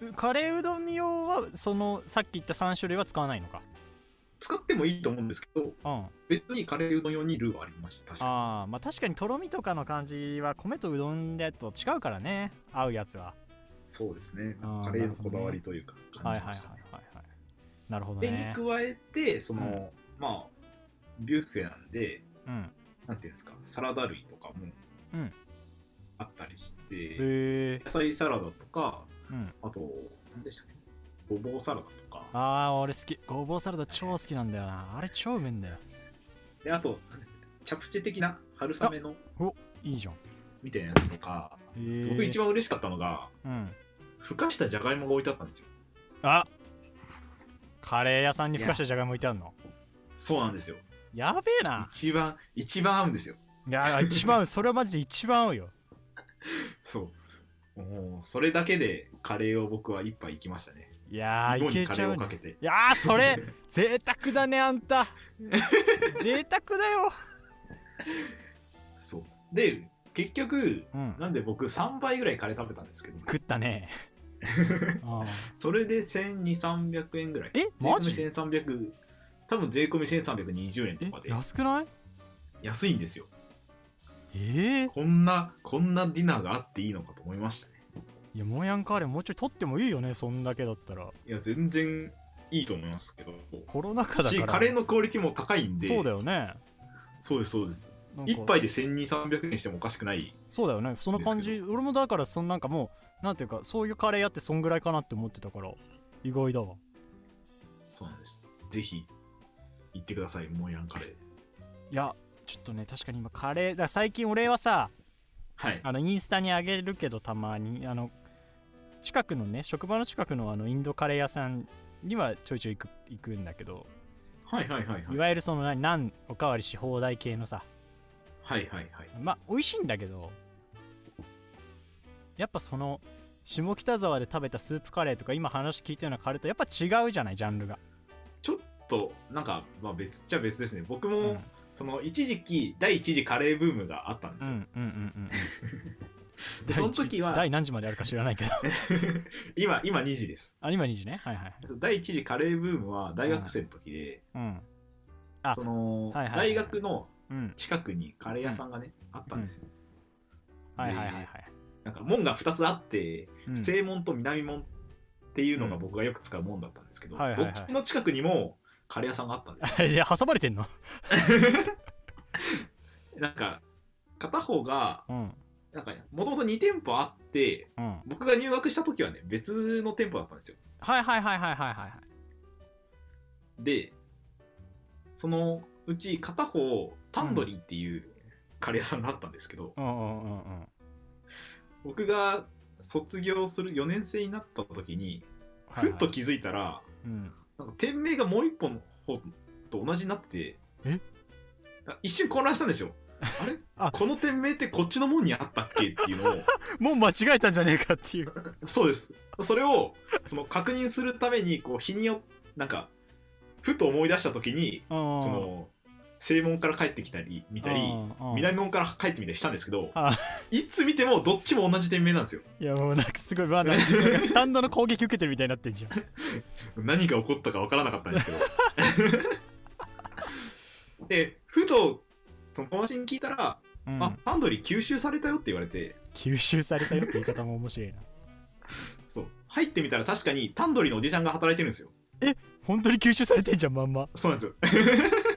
Speaker 1: うカレーうどん用はそのさっき言った3種類は使わないのか
Speaker 2: 使ってもいいと思うんですけど
Speaker 1: うんあ
Speaker 2: 別にカレーうどん用にルーはありました確か
Speaker 1: あまあ確かにとろみとかの感じは米とうどんだと違うからね合うやつは
Speaker 2: そうですね
Speaker 1: あー
Speaker 2: カレーのこだわりというか
Speaker 1: はい
Speaker 2: 感じ
Speaker 1: はいは
Speaker 2: ま
Speaker 1: い
Speaker 2: したね
Speaker 1: はいはいなるほど
Speaker 2: で
Speaker 1: ね
Speaker 2: に加えてその、
Speaker 1: うん
Speaker 2: まあビュッフェなんで
Speaker 1: うん
Speaker 2: なんていうんですかサラダ類とかも
Speaker 1: うん
Speaker 2: あったりして、
Speaker 1: へえ
Speaker 2: 野菜サラダとか
Speaker 1: うん
Speaker 2: あと何でしたっけごぼうサラダとか
Speaker 1: ああ俺好きごぼうサラダ超好きなんだよなあれ超うめえんだよ
Speaker 2: であと何ですかチャプチェ的な春雨の
Speaker 1: いいじゃんへ
Speaker 2: みたいなやつとか
Speaker 1: え
Speaker 2: 僕一番嬉しかったのが
Speaker 1: うん
Speaker 2: ふかしたじゃがいもが置いてあったんですよ
Speaker 1: あカレー屋さんにふかしたじゃがいも置いてあるの
Speaker 2: そうなんですよ
Speaker 1: やべえな
Speaker 2: 一番一番合うんですよ
Speaker 1: いや一番それはマジで一番合うよ
Speaker 2: そうもうそれだけでカレーを僕は一杯いきましたね
Speaker 1: いやー
Speaker 2: 芋
Speaker 1: い
Speaker 2: に
Speaker 1: け
Speaker 2: カ
Speaker 1: ち
Speaker 2: レ
Speaker 1: ゃ
Speaker 2: ー
Speaker 1: う
Speaker 2: をか
Speaker 1: ね
Speaker 2: けて
Speaker 1: いやーそれ贅沢だねあんた贅沢だよ
Speaker 2: そうで結局
Speaker 1: うん
Speaker 2: なんで僕3杯ぐらいカレー食べたんですけど
Speaker 1: 食った ねあー
Speaker 2: それで1200300円ぐらい
Speaker 1: えマジ
Speaker 2: 税込み1300多分税込み1320円と
Speaker 1: え
Speaker 2: かで
Speaker 1: 安くない
Speaker 2: 安いんですよ
Speaker 1: ええ
Speaker 2: こんなこんなディナーがあっていいのかと思いましたね
Speaker 1: いやモヤンカレーもうちょい取ってもいいよねそんだけだったら
Speaker 2: いや全然いいと思いますけど
Speaker 1: コロナ禍だか
Speaker 2: し
Speaker 1: ら
Speaker 2: カレーのクオリティも高いんで
Speaker 1: そうだよね
Speaker 2: そうですそうです
Speaker 1: なんか
Speaker 2: 一杯で1200300円してもおかしくない
Speaker 1: そうだよねその感じ俺もだからそのなんかもうなんていうかそういうカレー屋ってそんぐらいかなって思ってたから意外だわ
Speaker 2: そうなんですぜひ行ってくださいモンヤンカレー
Speaker 1: いやちょっとね確かに今カレーだから最近俺はさ
Speaker 2: はい
Speaker 1: あのインスタにあげるけどたまにあの近くのね職場の近くのあのインドカレー屋さんにはちょいちょい行く行くんだけど
Speaker 2: はいはいはいはい
Speaker 1: いわゆるその何何おかわりし放題系のさ
Speaker 2: はいはいはい
Speaker 1: まあ美味しいんだけどやっぱその下北沢で食べたスープカレーとか今話聞いたようなカレーとやっぱ違うじゃないジャンルが、
Speaker 2: ちょっとなんか、まあ、別っちゃ別ですね僕も、
Speaker 1: うん、うん
Speaker 2: その一時期第一次カレーブームがあったんで
Speaker 1: う
Speaker 2: すよ、
Speaker 1: んうんうん
Speaker 2: でその時は
Speaker 1: 第何時まであるか知らないけど
Speaker 2: 今、今2時です。
Speaker 1: あ今2時ねはいはい
Speaker 2: 第1次カレーブームは大学生の時で、
Speaker 1: うんあ
Speaker 2: その、
Speaker 1: はいはいはい
Speaker 2: 大学の
Speaker 1: うん
Speaker 2: 近くにカレー屋さんがね、あったんですよ。
Speaker 1: はいはいはいはい、
Speaker 2: なんか門が2つあって、
Speaker 1: うん
Speaker 2: 正門と南門っていうのが僕がよく使う門だったんですけど、
Speaker 1: うんはいはいはい
Speaker 2: どっちの近くにもカレー屋さんがあったんですよ
Speaker 1: いや挟まれてんの
Speaker 2: なんか片方が
Speaker 1: うん
Speaker 2: なんかもともと2店舗あって
Speaker 1: うん
Speaker 2: 僕が入学した時はね別の店舗だったんですよ
Speaker 1: はいはいはいはいはいはい
Speaker 2: でそのうち片方タンドリーっていうカレー屋さんがあったんですけど、
Speaker 1: うんうんうんうん
Speaker 2: 僕が卒業する4年生になった時に
Speaker 1: はいはい
Speaker 2: ふっと気づいたら、
Speaker 1: うん
Speaker 2: なんか店名がもう一本の方と同じになってて
Speaker 1: え
Speaker 2: あ一瞬混乱したんで すよあれ
Speaker 1: あ
Speaker 2: この店名ってこっちの門にあったっけっていうのを
Speaker 1: もう間違えたんじゃねえかっていう
Speaker 2: そうですそれをその確認するためにこう日によなんかふと思い出した時に
Speaker 1: そ
Speaker 2: そ
Speaker 1: の
Speaker 2: の正門から帰ってきたり見たり
Speaker 1: い
Speaker 2: 南門から帰ってみたりしたんですけど
Speaker 1: あ
Speaker 2: いつ見てもどっちも同じ店名なんですよ
Speaker 1: やもうなんかすごいまあなんかなんかスタンドの攻撃受けてるみたいになってんじゃん
Speaker 2: 何が起こったか分からなかったんですけ どでふとその友達に聞いたら、
Speaker 1: うん
Speaker 2: あタンドリー吸収されたよって言われて
Speaker 1: 吸収されたよって言い方も面白いな
Speaker 2: そう入ってみたら確かにタンドリーのおじさんが働いてるんですよ
Speaker 1: 本当に吸収されてんじゃんまんま
Speaker 2: そうなんですよ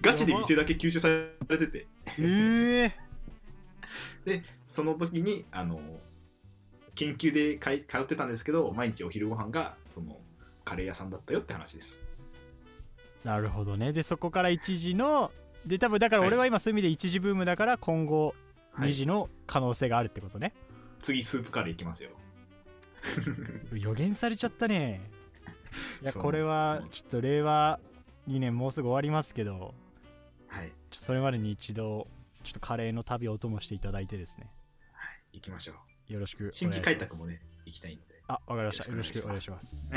Speaker 2: ガチで店だけ吸収されてて
Speaker 1: ええ
Speaker 2: その時にあの研究でかい通ってたんですけど毎日お昼ご飯がそのカレー屋さんだったよって話です
Speaker 1: なるほどねでそこから一時ので多分だから俺は今そういう意味で一時ブームだから今後
Speaker 2: はい
Speaker 1: 二時の可能性があるってことね、
Speaker 2: 次スープカレーいきますよ
Speaker 1: 予言されちゃったねいや
Speaker 2: そう
Speaker 1: これはちょっと令和2年もうすぐ終わりますけど
Speaker 2: はい
Speaker 1: ちょそれまでに一度ちょっとカレーの旅をお供していただいてですね
Speaker 2: 行きましょう
Speaker 1: よろしくお願いし
Speaker 2: 新
Speaker 1: ます
Speaker 2: 規開拓もね行きたいので
Speaker 1: あわかりましたよ
Speaker 2: よ
Speaker 1: ろ
Speaker 2: ろ
Speaker 1: し
Speaker 2: し
Speaker 1: く
Speaker 2: く
Speaker 1: お願
Speaker 2: お願
Speaker 1: い
Speaker 2: い
Speaker 1: し
Speaker 2: し
Speaker 1: ま
Speaker 2: ます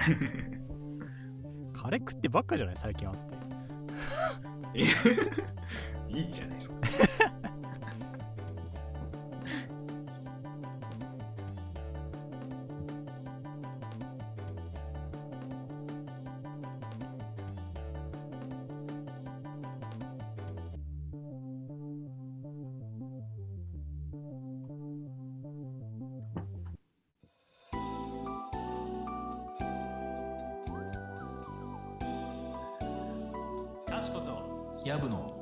Speaker 1: カレー食ってばっかじゃない最近あって
Speaker 2: いいじゃないですか。
Speaker 3: かしことやぶの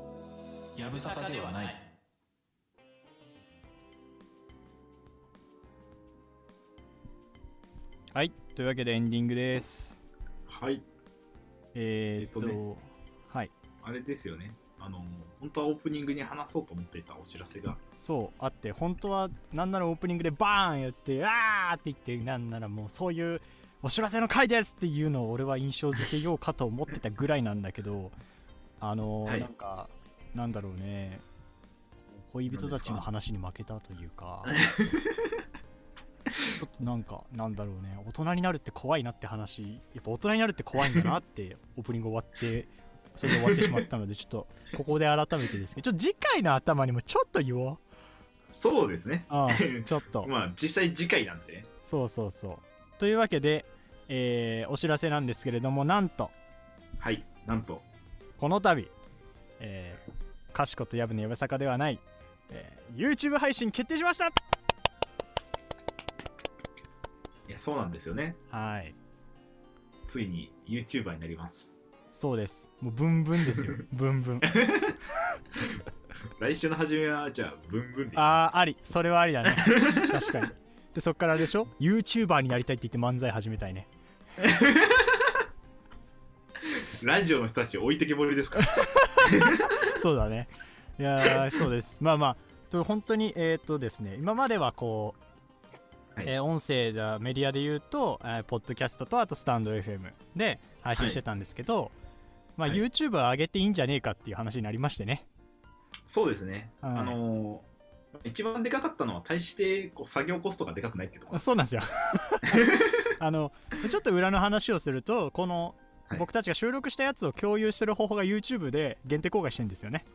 Speaker 3: やぶさかではない
Speaker 4: はいというわけでエンディングです
Speaker 2: はい、
Speaker 4: えー、っと,、
Speaker 2: えっと
Speaker 4: はい
Speaker 2: あれですよね。あの、本当はオープニングに話そうと思っていたお知らせが、
Speaker 1: そうあって本当はなんならオープニングでバーンやってあーって言ってなんならもうそういうお知らせの回ですっていうのを俺は印象づけようかと思ってたぐらいなんだけどあのー
Speaker 2: はい
Speaker 1: なんかなんだろうね恋人たちの話に負けたというかちょっとなんかなんだろうね大人になるって怖いなって話やっぱ大人になるって怖いんだなってオープニング終わってそれで終わってしまったのでちょっとここで改めてですけどちょっと次回の頭にもちょっと言おう
Speaker 2: そうですね。
Speaker 1: ああちょっと
Speaker 2: まあ、実際次回なんでね。
Speaker 1: そうそうそうというわけで、えーお知らせなんですけれどもなんと
Speaker 2: はい、なんと、
Speaker 1: この度、えー、かしことやぶのやぶさかではない、えー YouTube 配信決定しました
Speaker 2: いや、そうなんですよね。
Speaker 1: はい
Speaker 2: ついに YouTuber になります。
Speaker 1: そうですもうブンブンですよブンブン
Speaker 2: 来週の初めは、じゃあ、ブンブンで。
Speaker 1: ああありそれはありだね確かにでそっからあれでしょ YouTuber になりたいって言って漫才始めたいね
Speaker 2: ラジオの人たち置いてけぼりですから。
Speaker 1: そうだね。いやーそうです。まあまあ、と本当に、えっ、とですね、今まではこう、
Speaker 2: はい
Speaker 1: えー音声だ、メディアで言うと、えーポッドキャストと、あとスタンド FM で配信してたんですけど、まあ、
Speaker 2: はい
Speaker 1: YouTube は上げていいんじゃねえかっていう話になりましてね。
Speaker 2: そうですね。
Speaker 1: はい
Speaker 2: あのー一番でかかったのは、大してこう作業コストがでかくないってところ。
Speaker 1: そうなん ですよ。あのちょっと裏の話をすると、この、
Speaker 2: はい
Speaker 1: 僕たちが収録したやつを共有してる方法が YouTube で限定公開してるんですよね。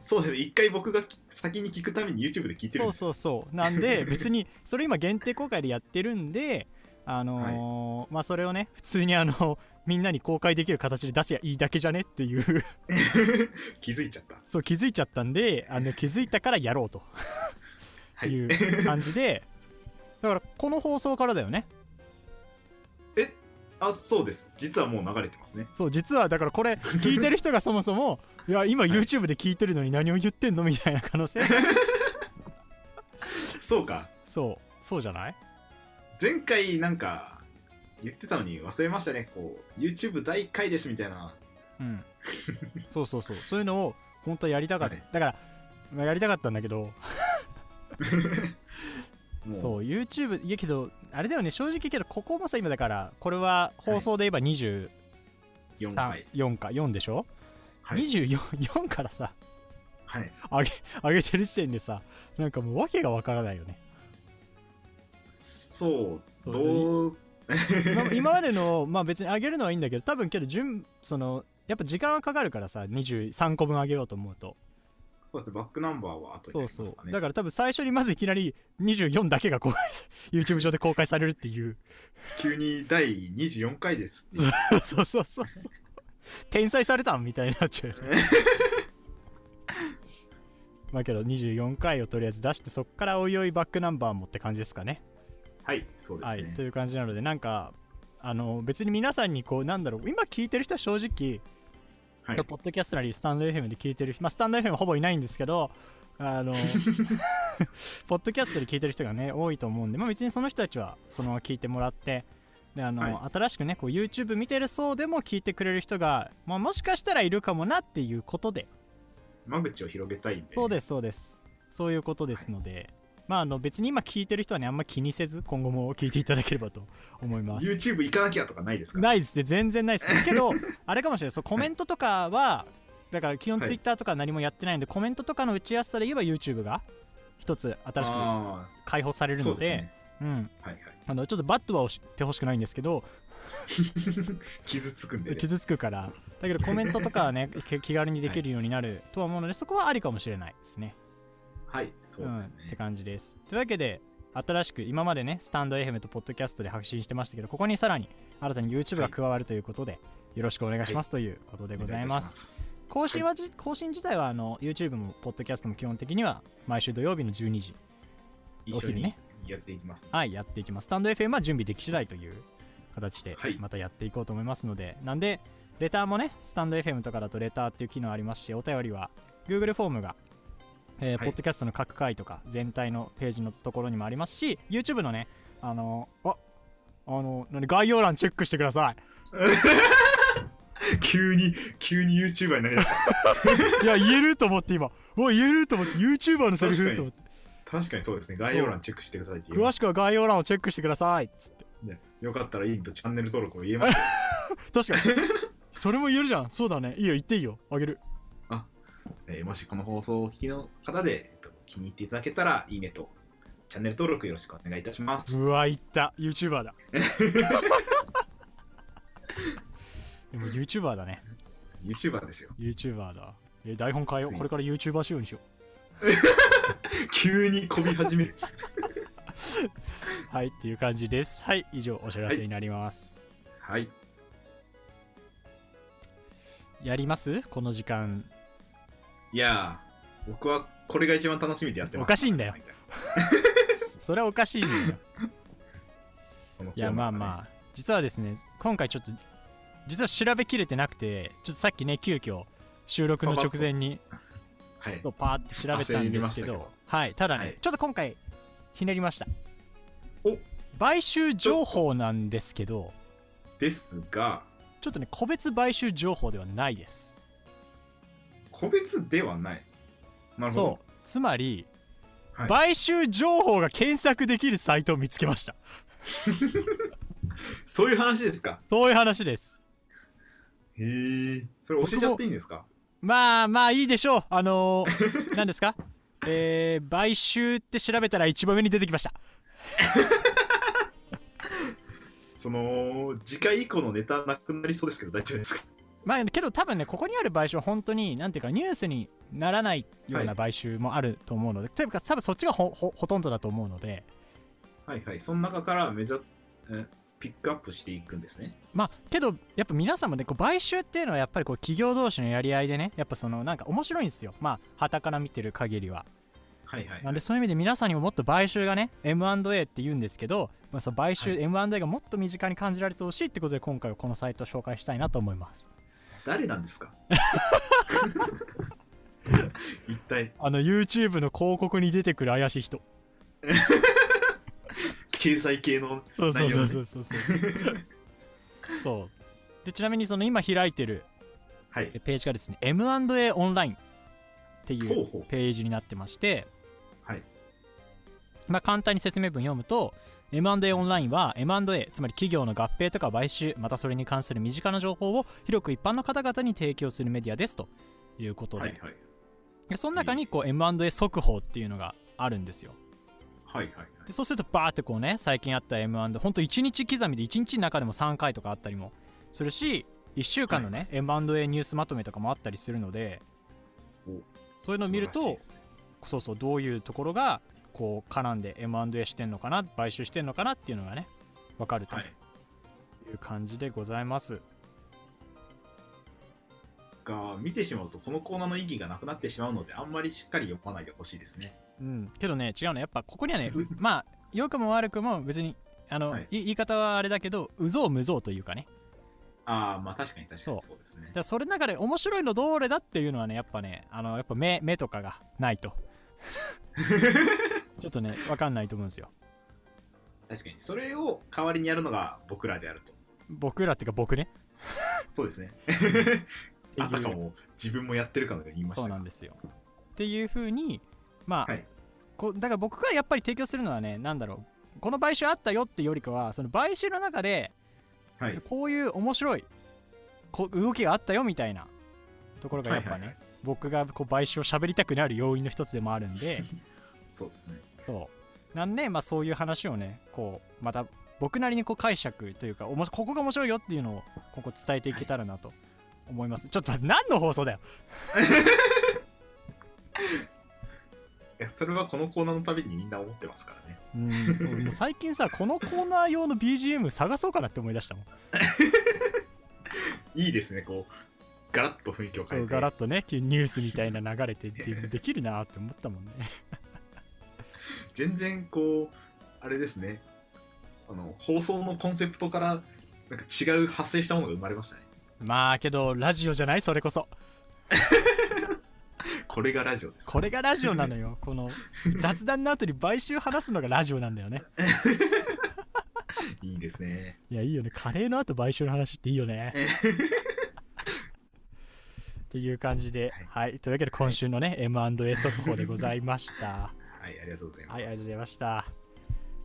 Speaker 2: そうです一回僕が先に聞くために YouTube で聞いてるん
Speaker 1: そう
Speaker 2: です
Speaker 1: そうそうなんで 別にそれ今限定公開でやってるんであのーまあそれをね普通にあの みんなに公開できる形で出せばいいだけじゃねっていう
Speaker 2: 気づいちゃった
Speaker 1: そう気づいちゃったんであの気づいたからやろうと
Speaker 2: はいいう
Speaker 1: 感じで、だからこの放送からだよね
Speaker 2: あそうです実はもう流れてますね
Speaker 1: そう実はだからこれ聞いてる人がそもそもいや今 YouTube で聞いてるのに何を言ってんのみたいな可能 性
Speaker 2: そうか
Speaker 1: そうそうじゃない
Speaker 2: 前回なんか言ってたのに忘れましたねこう YouTube 第1回ですみたいな
Speaker 1: うん そうそうそうそういうのを本当はやりたかった、
Speaker 2: はい
Speaker 1: だからまあやりたかったんだけど
Speaker 2: もう
Speaker 1: そう YouTube いやけどあれだよね正直けどここもさ今だからこれは放送で言えば234
Speaker 2: 四回
Speaker 1: か4でしょ、
Speaker 2: はい
Speaker 1: 24 4からさ
Speaker 2: はい
Speaker 1: 上げてる時点でさなんかもう訳がわからないよね
Speaker 2: そう
Speaker 1: そう
Speaker 2: どう
Speaker 1: 今今までのまあ別に上げるのはいいんだけど多分けど順そのやっぱ時間はかかるからさ23個分上げようと思うと
Speaker 2: そうですねバックナンバーは後に
Speaker 1: そう
Speaker 2: な
Speaker 1: そ
Speaker 2: りますか
Speaker 1: う
Speaker 2: ね
Speaker 1: だから多分最初にまずいきなり24だけが公開 YouTube 上で公開されるって いう
Speaker 2: 急に第24回ですって
Speaker 1: そうそうそうそう転載されたんみたいになっちゃうよね まあけど24回をとりあえず出してそっからおいおいバックナンバーもって感じですかね
Speaker 2: はいそうです
Speaker 1: はい
Speaker 2: ね、
Speaker 1: という感じなのでなんかあの別に皆さんにこうなんだろう今聞いてる人は正直
Speaker 2: はい
Speaker 1: ポッドキャストなりスタンド FM で聞いてる人、まあ、スタンド FM はほぼいないんですけど、あ のポッドキャストで聞いてる人がね、多いと思うんで、まあ、別にその人たちはそのまま聞いてもらって、であの
Speaker 2: はい
Speaker 1: 新しくね、こう YouTube 見てるそうでも聞いてくれる人が、まあ、もしかしたらいるかもなっていうことで、
Speaker 2: 間口を広げたいんで
Speaker 1: そうです、そうです、そういうことですので、まあ、あの別に今聞いてる人はね、あんま気にせず、今後も聞いていただければと思います。
Speaker 2: YouTube 行かなきゃとかないですか
Speaker 1: ないですね全然 ないですけどあれかもしれないそうコメントとかはだから基本
Speaker 2: はい
Speaker 1: ツイッターとか何もやってないんで、コメントとかの打ちやすさで言えば YouTube が一つ新しく
Speaker 2: あ
Speaker 1: 開放され
Speaker 2: ー
Speaker 1: る
Speaker 2: そ
Speaker 1: の
Speaker 2: う
Speaker 1: で
Speaker 2: ですね
Speaker 1: うん、
Speaker 2: はいはい
Speaker 1: あのちょっとバットは押してほしくないんですけど
Speaker 2: 傷つくんでね
Speaker 1: 傷つくからだけどコメントとかは ね気気軽にできるようになるとは思うのでそこはありかもしれないですね
Speaker 2: はいそうです
Speaker 1: ん、って
Speaker 2: ね、
Speaker 1: 感じですというわけで新しく今までねスタンド FM とポッドキャストで発信してましたけどここにさらに新たに YouTube が加わるということで、よろしくお願いしますということでございます
Speaker 2: す
Speaker 1: 更新はじ、更新自体はあの YouTube もポッドキャストも基本的には毎週土曜日の12時
Speaker 2: 一緒
Speaker 1: お昼
Speaker 2: に
Speaker 1: ね
Speaker 2: やっていきます、
Speaker 1: はいやっていきますスタンド FM は準備でき次第という形で
Speaker 2: はい
Speaker 1: またやっていこうと思いますので、なんでレターもねスタンド FM とかだとレターっていう機能ありますしお便りは Google フォームが、えー
Speaker 2: はい
Speaker 1: ポッドキャストの各回とか全体のページのところにもありますし YouTube のねあのああの何概要欄チェックしてくださ い
Speaker 2: 急に急に YouTuber になりました
Speaker 1: いや言えると思って今うわ言えると思って YouTuber のセリ
Speaker 2: 確か
Speaker 1: フ
Speaker 2: に
Speaker 1: と思って
Speaker 2: 確かにそうですね概要欄チェックしてくださいって言い
Speaker 1: 詳
Speaker 2: まし
Speaker 1: しくは概要欄をチェックしてくださいっつって
Speaker 2: たねよかったらいいとチャンネル登録も言えます
Speaker 1: 確かに それも言えるじゃんそうだねいいよ言っていいよあげる
Speaker 2: えーもしこの放送をお聞きの方で、えっと、気に入っていただけたらいいねとチャンネル登録よろしくお願いいたします
Speaker 1: うわ言った YouTuber だでも YouTuber だね
Speaker 2: YouTuber ですよ
Speaker 1: YouTuber だえ台本変えよう
Speaker 2: つい
Speaker 1: これから YouTuber 仕様にしよ
Speaker 2: 急にこび始める
Speaker 1: うはいっていう感じですはい以上お知らせになります、
Speaker 2: はい
Speaker 1: やりますこの時間
Speaker 2: いやー僕はこれが一番楽しみでやってま
Speaker 1: お
Speaker 2: す
Speaker 1: かしいんだよそれはおかしいんだ よ
Speaker 2: このコ
Speaker 1: い
Speaker 2: ーナー
Speaker 1: や
Speaker 2: がね
Speaker 1: まあまあ実はですね今回ちょっと実は調べきれてなくてちょっとさっきね急遽収録の直前に
Speaker 2: はい
Speaker 1: とパーって調べたんですけ
Speaker 2: 焦りましたけ
Speaker 1: ど
Speaker 2: ど
Speaker 1: はいただね、
Speaker 2: はい
Speaker 1: ちょっと今回ひねりました
Speaker 2: お
Speaker 1: 買収情報なんですけど
Speaker 2: ですが
Speaker 1: ちょっとね個別買収情報ではないです
Speaker 2: 個別ではないなるほど
Speaker 1: そうつまり、
Speaker 2: はい
Speaker 1: 買収情報が検索できるサイトを見つけました
Speaker 2: そういう話ですか
Speaker 1: そういう話です
Speaker 2: へえそれ教えちゃっていいんですか
Speaker 1: まあまあいいでしょうあの ー、何ですかえー、買収って調べたら一番上に出てきました
Speaker 2: その次回以降のネタなくなりそうですけど大丈夫ですか
Speaker 1: まあけど多分ねここにある買収は本当になんていうかニュースにならないよう
Speaker 2: は
Speaker 1: ない買収もあると思うので、というか多分そっちがほほほとんどだと思うので
Speaker 2: はいはい。その中から目ざえピックアップしていくんですね。
Speaker 1: まあけどやっぱ皆さんもねこう買収っていうのはやっぱりこう企業同士のやり合いでねやっぱそのなんか面白いんですよまあはたから見てる限りは
Speaker 2: はいはい。
Speaker 1: なんでそういう意味で皆さんにももっと買収がね M&A って言うんですけど、まあ、その買収、
Speaker 2: は
Speaker 1: M&A がもっと身近に感じられてほしいってことで今回はこのサイトを紹介したいなと思います
Speaker 2: 誰な んですか一体、
Speaker 1: あの YouTube の広告に出てくる怪しい人
Speaker 2: 経済系の
Speaker 1: そうそう
Speaker 2: 内
Speaker 1: そ
Speaker 2: 容
Speaker 1: う
Speaker 2: ね
Speaker 1: そうそうそう そうでちなみにその今開いてる
Speaker 2: はい。
Speaker 1: ページがですね M&A オンラインってい
Speaker 2: ほう
Speaker 1: う
Speaker 2: ほう。
Speaker 1: ページになってまして、
Speaker 2: はい。
Speaker 1: まあ、簡単に説明文読むと M&A オンラインは M&A つまり企業の合併とか買収またそれに関する身近な情報を広く一般の方々に提供するメディアですということで,、
Speaker 2: はいはい。
Speaker 1: でその中にこう M&A 速報っていうのがあるんですよ
Speaker 2: はいはいはい。
Speaker 1: でそうするとバーってこうね最近あった M&A ほんと1日刻みで1日の中でも3回とかあったりもするし1週間のね、M&A ニュースまとめとかもあったりするので
Speaker 2: お
Speaker 1: そういうのを見る
Speaker 2: 素
Speaker 1: と
Speaker 2: 晴らしいですね
Speaker 1: そうそうどういうところがこう絡んで M&A してんのかな買収してんのかなっていうのがね分かると
Speaker 2: はいい。
Speaker 1: う感じでございます、
Speaker 2: が見てしまうとこのコーナーの意義がなくなってしまうのであんまりしっかり読まないでほしいですね。
Speaker 1: うんけどね違うのやっぱここに はねうまあ良くも悪くも別にあの、
Speaker 2: はい
Speaker 1: い言い方はあれだけどうぞうむぞうというかね
Speaker 2: ああまあ確かに確かにそうですね
Speaker 1: だ。からそれの中で面白いのどれだっていうのはねやっぱねあのやっぱ目目とかがない とちょっとね分かんないと思うんですよ
Speaker 2: 確かにそれを代わりにやるのが僕らであると。
Speaker 1: 僕らっていうか僕ね。
Speaker 2: そうですねあたかも自分もやってるかのように言いまし
Speaker 1: そう
Speaker 2: た
Speaker 1: な
Speaker 2: が
Speaker 1: んですよっていう風にまあ、
Speaker 2: はい
Speaker 1: こうだから僕がやっぱり提供するのはねなんだろうこの買収あったよってよりかはその買収の中で
Speaker 2: はい。
Speaker 1: こういう面白いこ動きがあったよみたいなところがやっぱね、
Speaker 2: はいはいはい
Speaker 1: 僕がこう買収を喋りたくなる要因の一つでもあるんで
Speaker 2: そうですね。
Speaker 1: そうなんで、まあ、そういう話をねこうまた僕なりにこう解釈というかおもしここが面白いよっていうのをここ伝えていけたらなと思います、ちょっと待って何の放送だよ
Speaker 2: いやそれはこのコーナーのたびにみんな思ってますからね。
Speaker 1: うん俺もう最近さこのコーナー用の BGM 探そうかなって思い出したもん
Speaker 2: いいですね、こう、ガラッと雰囲気を
Speaker 1: そ
Speaker 2: 変え
Speaker 1: う
Speaker 2: て。
Speaker 1: ガラッとね急にニュースみたいな流れてっていうできるなって思ったもんね
Speaker 2: 全然こう、あれですね、あの放送のコンセプトからなんか違う発生したものが生まれましたね。
Speaker 1: まあけどラジオじゃないそれこそ
Speaker 2: これがラジオです。
Speaker 1: これがラジオなのよこの雑談の後に買収話すのがラジオなんだよね
Speaker 2: いいですね。
Speaker 1: いやいいよねカレーの後買収の話っていいよねっていう感じで、はい、というわけで今週のね、M&A 速報でございま した。
Speaker 2: はい、ありがとうございます。
Speaker 1: はい、ありがとうございました。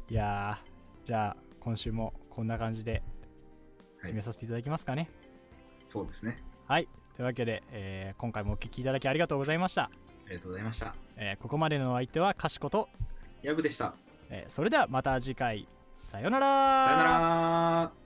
Speaker 1: いやー、じゃあ、今週もこんな感じで
Speaker 2: はい
Speaker 1: 締めさせていただきますかね。
Speaker 2: そうですね。
Speaker 1: はい、というわけで、えー今回もお聞きいただきありがとうございました。
Speaker 2: ありがとうございました。
Speaker 1: えーここまでのお相手はかしこと、
Speaker 2: ヤブでした。
Speaker 1: えーそれではまた次回、さよう
Speaker 2: さよなら